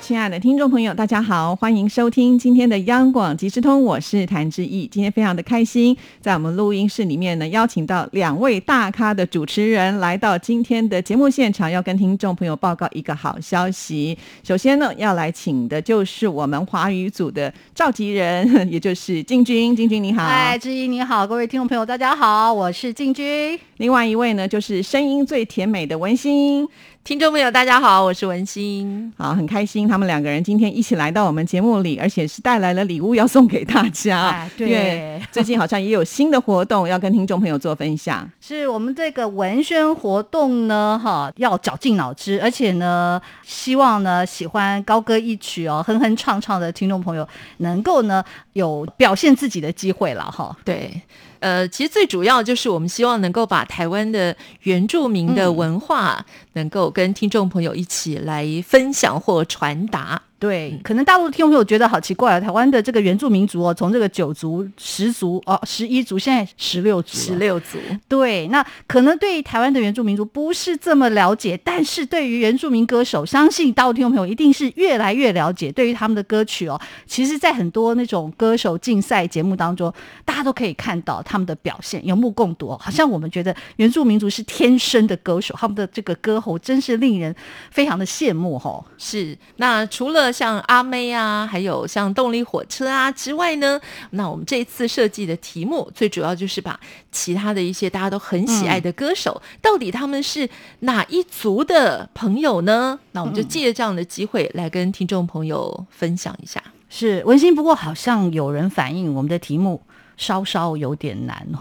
亲爱的听众朋友，大家好，欢迎收听今天的央广即时通，我是谭志毅。今天非常的开心，在我们录音室里面呢，邀请到两位大咖的主持人来到今天的节目现场，要跟听众朋友报告一个好消息。首先呢，要来请的就是我们华语组的召集人， 也就是进军。进军你好，嗨，志毅你好，各位听众朋友大家好，我是进军。另外一位呢，就是声音最甜美的文心。听众朋友，大家好，我是文心。好，很开心他们两个人今天一起来到我们节目里，而且是带来了礼物要送给大啊家。哎对因为最近好像也有新的活动要跟听众朋友做分享。是我们这个文宣活动呢，哈，要绞尽脑汁，而且呢，希望呢喜欢高歌一曲哦，哼哼唱唱的听众朋友能够呢有表现自己的机会了哈。对，呃，其实最主要就是我们希望能够把台湾的原住民的文化，能够跟听众朋友一起来分享或传达。嗯对，可能大陆的听众朋友觉得好奇怪啊，台湾的这个原住民族哦，从这个九族、十族哦、十一族，现在十六族了，十六组，对，那可能对于台湾的原住民族不是这么了解，但是对于原住民歌手，相信大陆听众朋友一定是越来越了解。对于他们的歌曲哦，其实，在很多那种歌手竞赛节目当中，大家都可以看到他们的表现，有目共睹、哦。好像我们觉得原住民族是天生的歌手，他们的这个歌喉真是令人非常的羡慕哦。是。那除了像阿妹啊，还有像动力火车啊之外呢，那我们这一次设计的题目，最主要就是把其他的一些大家都很喜爱的歌手，到底他们是哪一族的朋友呢？那我们就借这样的机会来跟听众朋友分享一下。是文心，不过好像有人反映我们的题目稍稍有点难哦。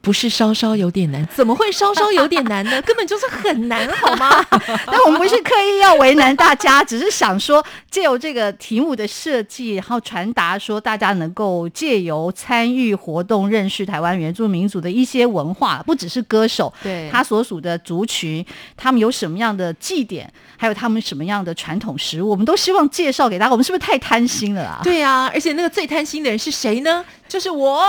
不是稍稍有点难， 怎么会稍稍有点难 呢？根本就是很难，好吗？ 但我们不是刻意要为难大家，只是想说借由这个题目的设计，然后传达说大家能够借由参与活动认识台湾原住民族的一些文化，不只是歌手，对他所属的族群，他们有什么样的祭典，还有他们什么样的传统食物，我们都希望介绍给大家。我们是不是太贪心了啊？对啊，而且那个最贪心的人是谁呢？就 是我，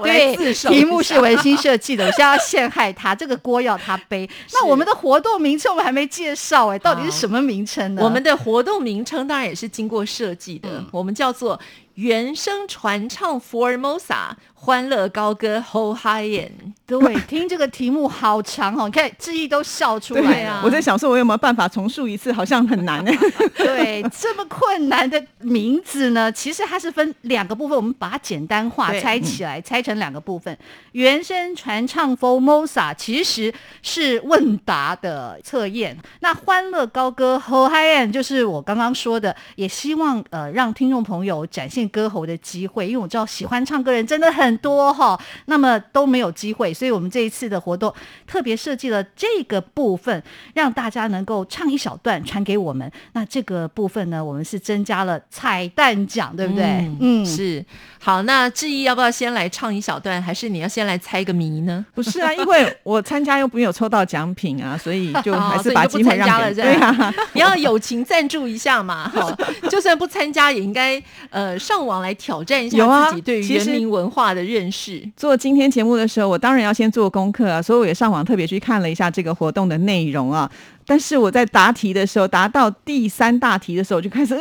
我来自对，首题目是文心设计的，我现在要陷害他，这个锅要他 背。那我们的活动名称我们还没介绍哎、到底是什么名称呢？嗯我们的活动名称当然也是经过设计的，我们叫做原声传唱 Formosa 欢乐高歌 Ho Haiyan。对，听这个题目好长哦，你看志毅都笑出来啊了。我在想说，我有没有办法重述一次？好像很难呢。对，这么困难的名字呢，其实它是分两个部分，我们把它简单化对拆起嗯来，拆成两个部分。原声传唱 Formosa 其实是问答的测验，那欢乐高歌 Ho Hi a n 就是我刚刚说的，也希望呃让听众朋友展现歌喉的机会，因为我知道喜欢唱歌人真的很多哈、那么都没有机会，所以我们这一次的活动特别设计了这个部分，让大家能够唱一小段传给我们。那这个部分呢，我们是增加了彩蛋奖，对不对？嗯，是。好，那志毅要不要先来唱一小段，还是你要先来猜个谜呢？不是啊，因为我参加又没有抽到奖品啊，所以就还是把哦所机以你就不会参加让给了，你这对样啊。 你要友情赞助一下嘛， 哈，就算不参加，也应该呃上网来挑战一有啊下自己对于其人实民文化的 认识。做今天节目的时候，我当然要先做功课啊，所以我也上网特别去看了一下这个活动的内容啊。但是我在答题的时候，答到第三大题的时候，我就开始，呃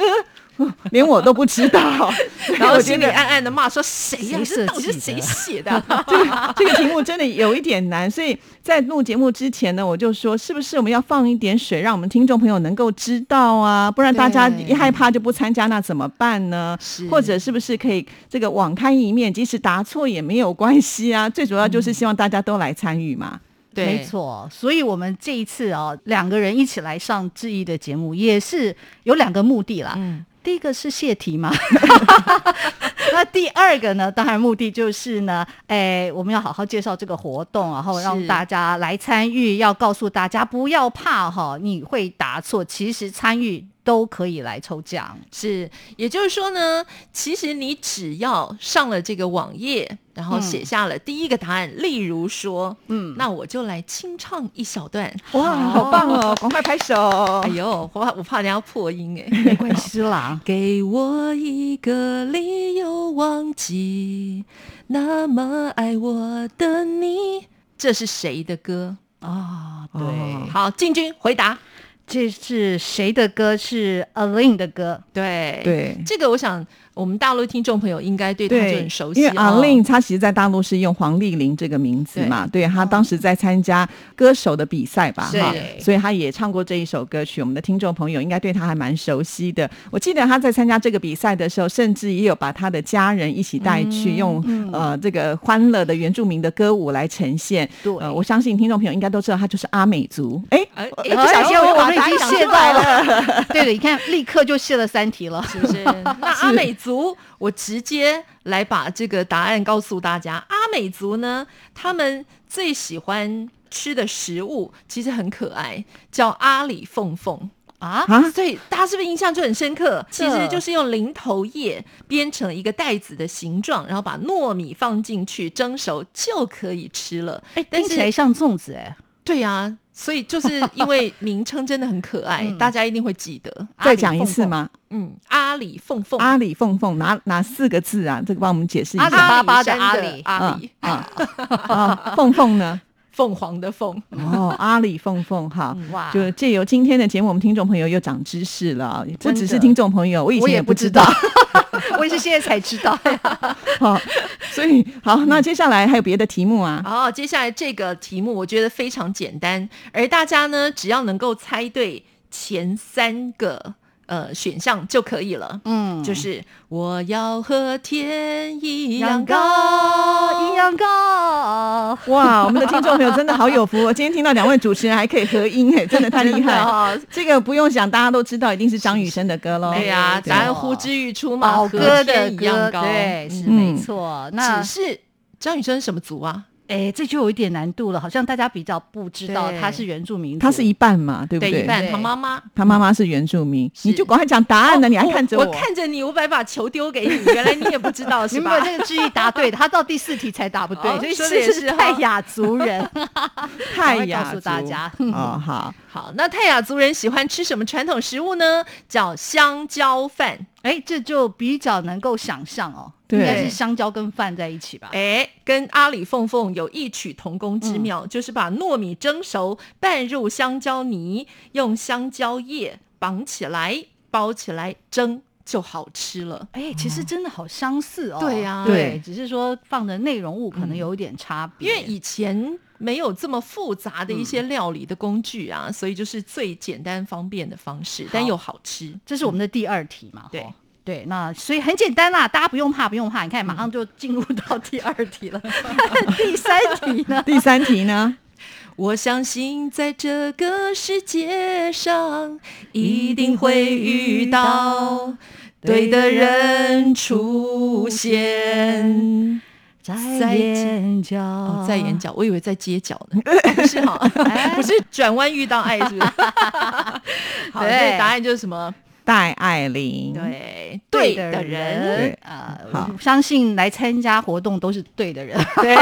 呃， 连我都不知道， 然后我觉心里得暗暗的骂说：“谁呀、谁这到底是设计谁 的写的啊、 这个题目真的有一点难，所以在录节目之前呢，我就说，是不是我们要放一点水，让我们听众朋友能够知道啊？不然大家对一害怕就不参加，那怎么办呢嗯是？或者是不是可以这个网开一面，即使答错也没有关系啊？最主要就是希望大家都来参与嘛。对没错，所以我们这一次哦，两个人一起来上志毅的节目，也是有两个目的啦。嗯第一个是泄题嘛， 那第二个呢，当然目的就是呢，哎，我们要好好介绍这个活动，然后让是大家来参与，要告诉大家不要怕哈，你会答错，其实参与。都可以来抽奖。是，也就是说呢，其实你只要上了这个网页，嗯然后写下了第一个答案，例如说，嗯，那我就来清唱一小 段。哇，好棒哦！赶快拍手哎。呦，我怕我怕人家破 音哎、，没关系啦给我一个理由忘记那么爱我的你，这是谁的歌？啊、对，哦好，进军回答。 这是谁的歌？是 Alin 的歌。对对这个我想我们大陆听众朋友应该对他就对很熟，悉、因哦，为阿令她其实，在大陆是用黄丽玲这个名字嘛，对嗯她当时在参加歌手的比赛吧，是哈，所以她也唱过这一首歌曲。我们的听众朋友应该对她还蛮熟悉的。我记得她在参加这个比赛的时候，甚至也有把她的家人一起带去，嗯用呃这个欢乐的原住民的歌舞来呈现。对呃，我相信听众朋友应该都知道，她就是阿美族。哎，哎我哎不小心哎呦我我把们已答案经讲泄出来到了。了。 对的，你看，立刻就泄了三题了。是 不是？那阿美族，我直接来把这个答案告诉大家。阿美族呢，他们最喜欢吃的食物其实很可爱，叫阿里凤凤。啊，啊所以大家是不是印象就很深刻？其这实就是用零头叶编成一个袋子的形状，然后把糯米放进去蒸熟就可以吃了。哎听起来像粽子哎。对啊，所以就是因为名称真的很可 爱，大家一定会记得。啊再讲一次吗？嗯，阿里凤凤，阿里凤凤哪哪四个字啊？这个帮我们解释一阿里下。巴巴的山阿里阿里，啊啊！凤凤呢？凤凰的凤，哦，阿里凤凤哈。嗯啊哇就借由今天的节目，我们听众朋友又长知识了啊，不真的只是听众朋友，我以我前也不不知知道道。， 我也是现在才知道。好， 所以好，那接下来还有别的题目 啊？哦，接下来这个题目我觉得非常简单，而大家呢只要能够猜对前三个呃选项就可以了。嗯就是我要和天一一样样高，高，一样高。哇，我们的听众朋友真的好有福哦！今天听到两位主持人还可以合音，哎，真的太厉害了。哦！这个不用想，大家都知道，一定是张雨生的歌喽。对哎呀、没错答案呼之欲出嘛，宝和哥的天一歌，样高，对，是嗯没错。那只是张雨生什么族啊？哎，这就有一点难度了，好像大家比较不知道对他是原住民族，他是一半嘛，对不对，一半对他妈妈。他妈妈是原住民，是哦你就赶快讲答案呢，啊你还看着我看着你，我把把球丢给你，原来你也不知 道你是们吧有？这个质疑答对的，他到第四题才答不对， 哦所以说得也是是是哈泰雅族 人。太赶快雅告族诉大家哦，好，好，那泰雅族人喜欢吃什么传统食物呢？叫香蕉饭。哎，这就比较能够想象哦，对应该是香蕉跟饭在一起吧？哎，跟阿里凤凤有异曲同工之妙，就是把糯米蒸熟，拌入香蕉泥，用香蕉叶绑起来，包起来蒸就好吃了。哎，其实真的好相似哦。对啊呀对对，只是说放的内容物可能有一点差别，嗯因为以前没有这么复杂的一些料理的工具啊，所以就是最简单方便的方式，但又好吃。这是我们的第二题嘛？对吼对，那所以很简单啦，大家不用怕，不用怕。你看，马上就进入到第二题了。 第三题呢？第三题呢？我相信在这个世界上，一定会遇到对的人出现。 在眼角，哦，在眼角，我以为在街角 呢，哦不是哈，不是转弯遇到爱，是 不是？好，对这答案就是什么？戴爱玲，对，对对的的人人，对啊，好我相信来参加活动都是对的人，对，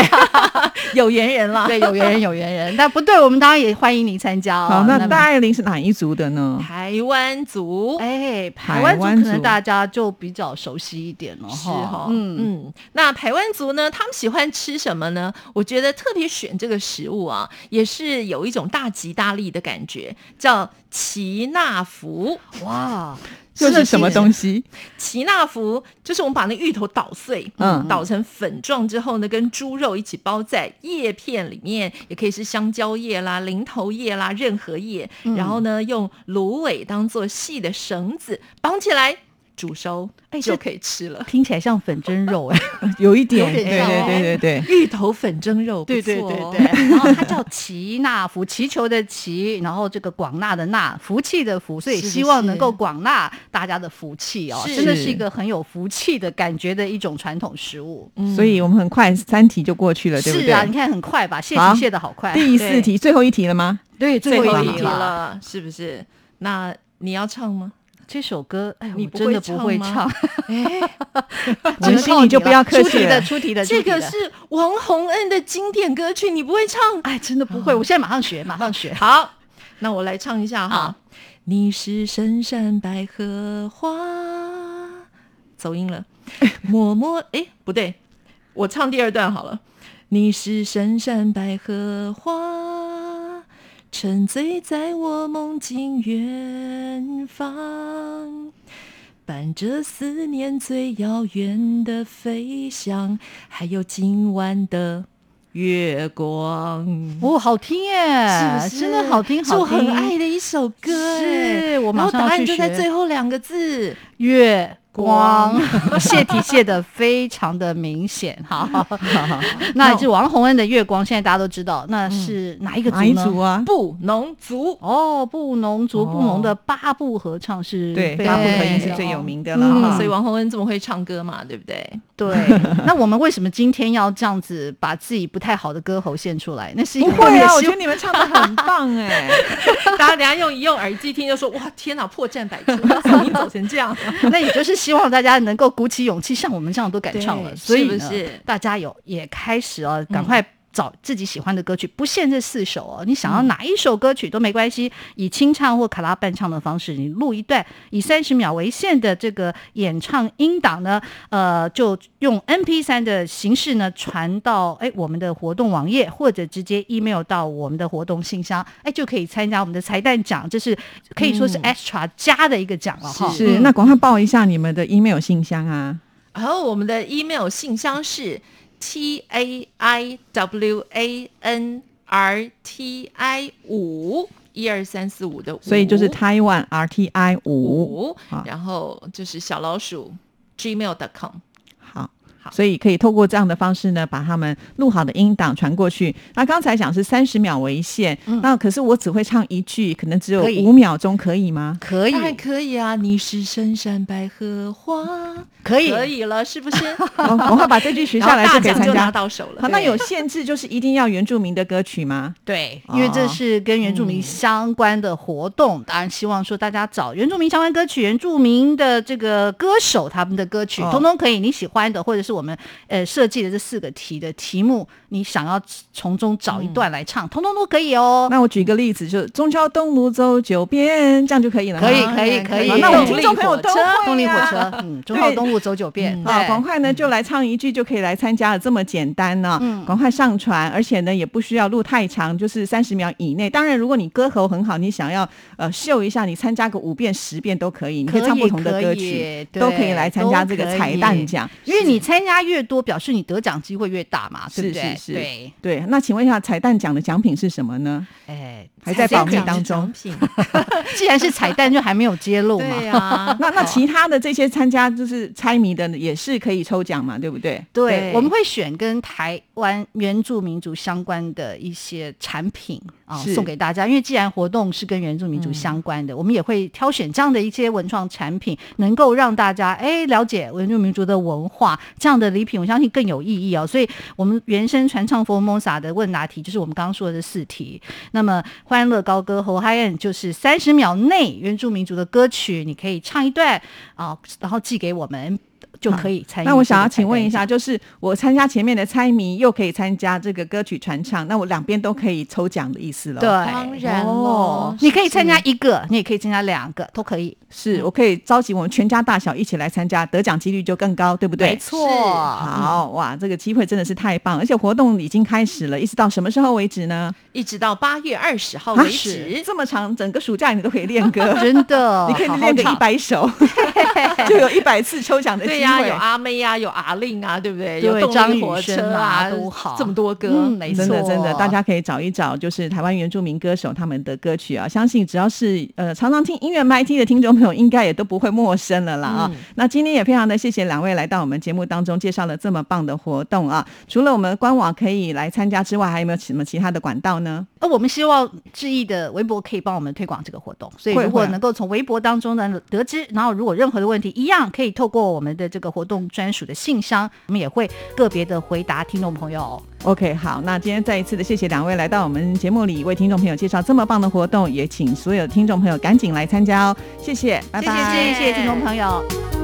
有缘人啦。对，有缘人，有缘人。 但不对，我们当然也欢迎您参加哦。好，那么戴爱玲是哪一族的呢？台湾族。哎，台台湾湾族可族能大家就比较熟悉一点了是哈。哈，嗯，嗯嗯，那台湾族呢？他们喜欢吃什么呢？我觉得特别选这个食物啊，也是有一种大吉大利的感觉，叫奇纳福。嗯哇，又是什么西？东西？奇纳福就是我们把那芋头捣碎，嗯嗯，捣成粉状之后呢，跟猪肉一起包在叶片里面，也可以是香蕉叶啦、零头叶啦、任何叶，嗯然后呢，用芦苇当做细的绳子绑起来，煮熟哎这就可以吃了。听起来像粉蒸 肉哎。有一点，有对点像哦对对对对。芋头粉蒸肉，对不对错对哦对， 然后它叫齐纳福，祈求的祈，然后这个广纳的纳，福气的福，所以是是希望能够是广纳大家的福气哦，是真的是一个很有福气的感觉的一种传统食物。嗯所以我们很快三题就过去了，对不是啊，你对？看很快吧，谢好题谢的好快。第四对题，最后一题了吗？对，最后后一一题题了。 了，是不是？那你要唱吗？这首歌，哎，你我不真会的不会唱唱 吗，哎我们心里就不要客出气题了的，。出题的，这出题个的是王洪恩的经典歌曲，你不会唱？哎，真的不会，我现在马上学，马上学。好，那我来唱一下哈好。你是深山百合花，走音了。默默，哎，不对，我唱第二段好了。你是深山百合花，沉醉在我梦境远方。伴着思念最遥远的飞翔，还有今晚的月光。哦，好听耶，是不是呃真的好听，是我好听。很爱的一首歌哎，是我马然后上答要案去就在学最后两个字，月光， 泄题泄的非常的明显哈。 好那是王洪恩的《月光》，现在大家都知道，那是哪一个族嗯哪一呢？组啊？布农族。哦，布农族，哦布农的八部合唱是对，非大常部对分也有是名最的有哦。名的了嗯，哈。所以王洪恩这么会唱歌嘛，对不对？ 对，那我们为什么今天要这样子把自己不太好的歌喉献出来？那是因不为会啊，我希觉望得你们唱的很棒哎。大家等一下用一用耳机听，就说哇，天哪，破绽百出，走音走成这样。 那也就是希望大家能够鼓起勇气，像我们这样都敢唱了，对所以是不呢是嗯大家有也开始哦，赶快。找自己喜欢的歌曲，不限这四首哦，你嗯想要哪一首歌曲都没关系，以清唱或卡拉伴唱的方式，你录一段以三十秒为限的这个演唱音档呢，呃，就用 M P 三的形式呢传到哎我们的活动网页，或者直接 email 到我们的活动信箱，哎就可以参加我们的彩蛋奖，这是可以说是嗯 extra 加的一个奖了哈。是，那赶快报一下你们的 email 信箱啊。然后我们的 email 信箱是 t a i w a n r t i 五一二三四五的五，所以就是台湾 RTI 五，五啊好，然后就是小老鼠 gmail.com。好好。所以可以透过这样的方式呢，把他们录好的音档传过去。那刚才讲是三十秒为限，那可是我只会唱一句，可能只有嗯可以五秒钟，可以 吗？可以当，然可以啊！你是深山百合花，可以，可以了，是不是？哦我会把这句学下来然就后大可以奖参就拿加。到手了。好，那对啊有限制，就是一定要原住民的歌曲吗？对，哦因为这是跟原住民相关的活动，当然希望说大家找原住民相关歌曲、原住民的这个歌手他们的歌曲，哦通通可以你喜欢的，或者是我们呃设计的这四个题的题目，你想要从中找一段来唱，通通都可以哦。那我举一个例子，就是中秋东泸州九边，这样就可以了吗。哦可以，啊可以，可可以以。可以那我们动听力众朋友火都车会啊呀动力火车，嗯，中号东路走九遍，嗯对啊，赶快呢就来唱一句就可以来参加了，这么简单呢、嗯赶快上传，而且呢也不需要录太长，就是三十秒以内。当然，如果你歌喉很好，你想要呃秀一下，你参加个五遍、十遍都可以，你可以唱不同的歌曲，可以都可以来参加这个彩蛋奖。因为你参加越多，表示你得奖机会越大嘛，对是不对？是是对，对，那请问一下，彩蛋奖的奖品是什么呢？哎，还在彩保蛋密奖当中奖品，既然是彩蛋，就还没有揭露嘛对。啊，那那其他的这些参加就是猜谜的也是可以抽奖嘛，对不对？对，对我们会选跟台湾原住民族相关的一些产品啊、是嗯送给大家。因为既然活动是跟原住民族相关的，我们也会挑选这样的一些文创产品，能够让大家哎了解原住民族的文化。这样的礼品，我相信更有意义哦。所以，我们原声传唱 Formosa 的问答题，就是我们刚刚说的四题。那么，欢乐高歌喉 Hi N 就是三十秒内原住民族的歌曲，你可以唱一段啊，然后寄给我们。就可以参与。那我想要请问一下，，就是我参加前面的猜谜，又可以参加这个歌曲传唱，那我两边都可以抽奖的意思了。对，当然哦喽，你可以参加一个，你也可以参加两个，都可以。，是嗯我可以召集我们全家大小一起来参加，得奖几率就更高，对不对？错好哇，这个机会真的是太棒，而且活动已经开始了，一直到什么时候为止呢？一直到八月二十哦号为啊止。这么长，整个暑假你都可以练歌 真 的，你可以哦好好练个唱一，百首， 就有一百次抽奖的对机呀、会有。阿妹呀、有阿令啊，对不对？对有动张力雨火车生啊，啊都好这么多歌，嗯没真的错真的，大家可以找一找，就是台湾原住民歌手他们的歌曲啊，相信只要是呃常常听音乐 MT 的听众朋友，应该也都不会陌生了啦啊。那今天也非常的谢谢两位来到我们节目当中，介绍了这么棒的活动啊。除了我们官网可以来参加之外，还有没有什么其他的管道呢？呃，我们希望志毅的微博可以帮我们推广这个活动，所以会如果会能够从微博当中呢得知，然后如果任何的问题，一样可以透过我们的这个活动专属的信箱，我们也会个别的回答听众朋友。 OK，好，那今天再一次的谢谢两位来到我们节目里为听众朋友介绍这么棒的活动，也请所有听众朋友赶紧来参加哦，谢谢，拜拜，谢谢，谢谢听众朋友。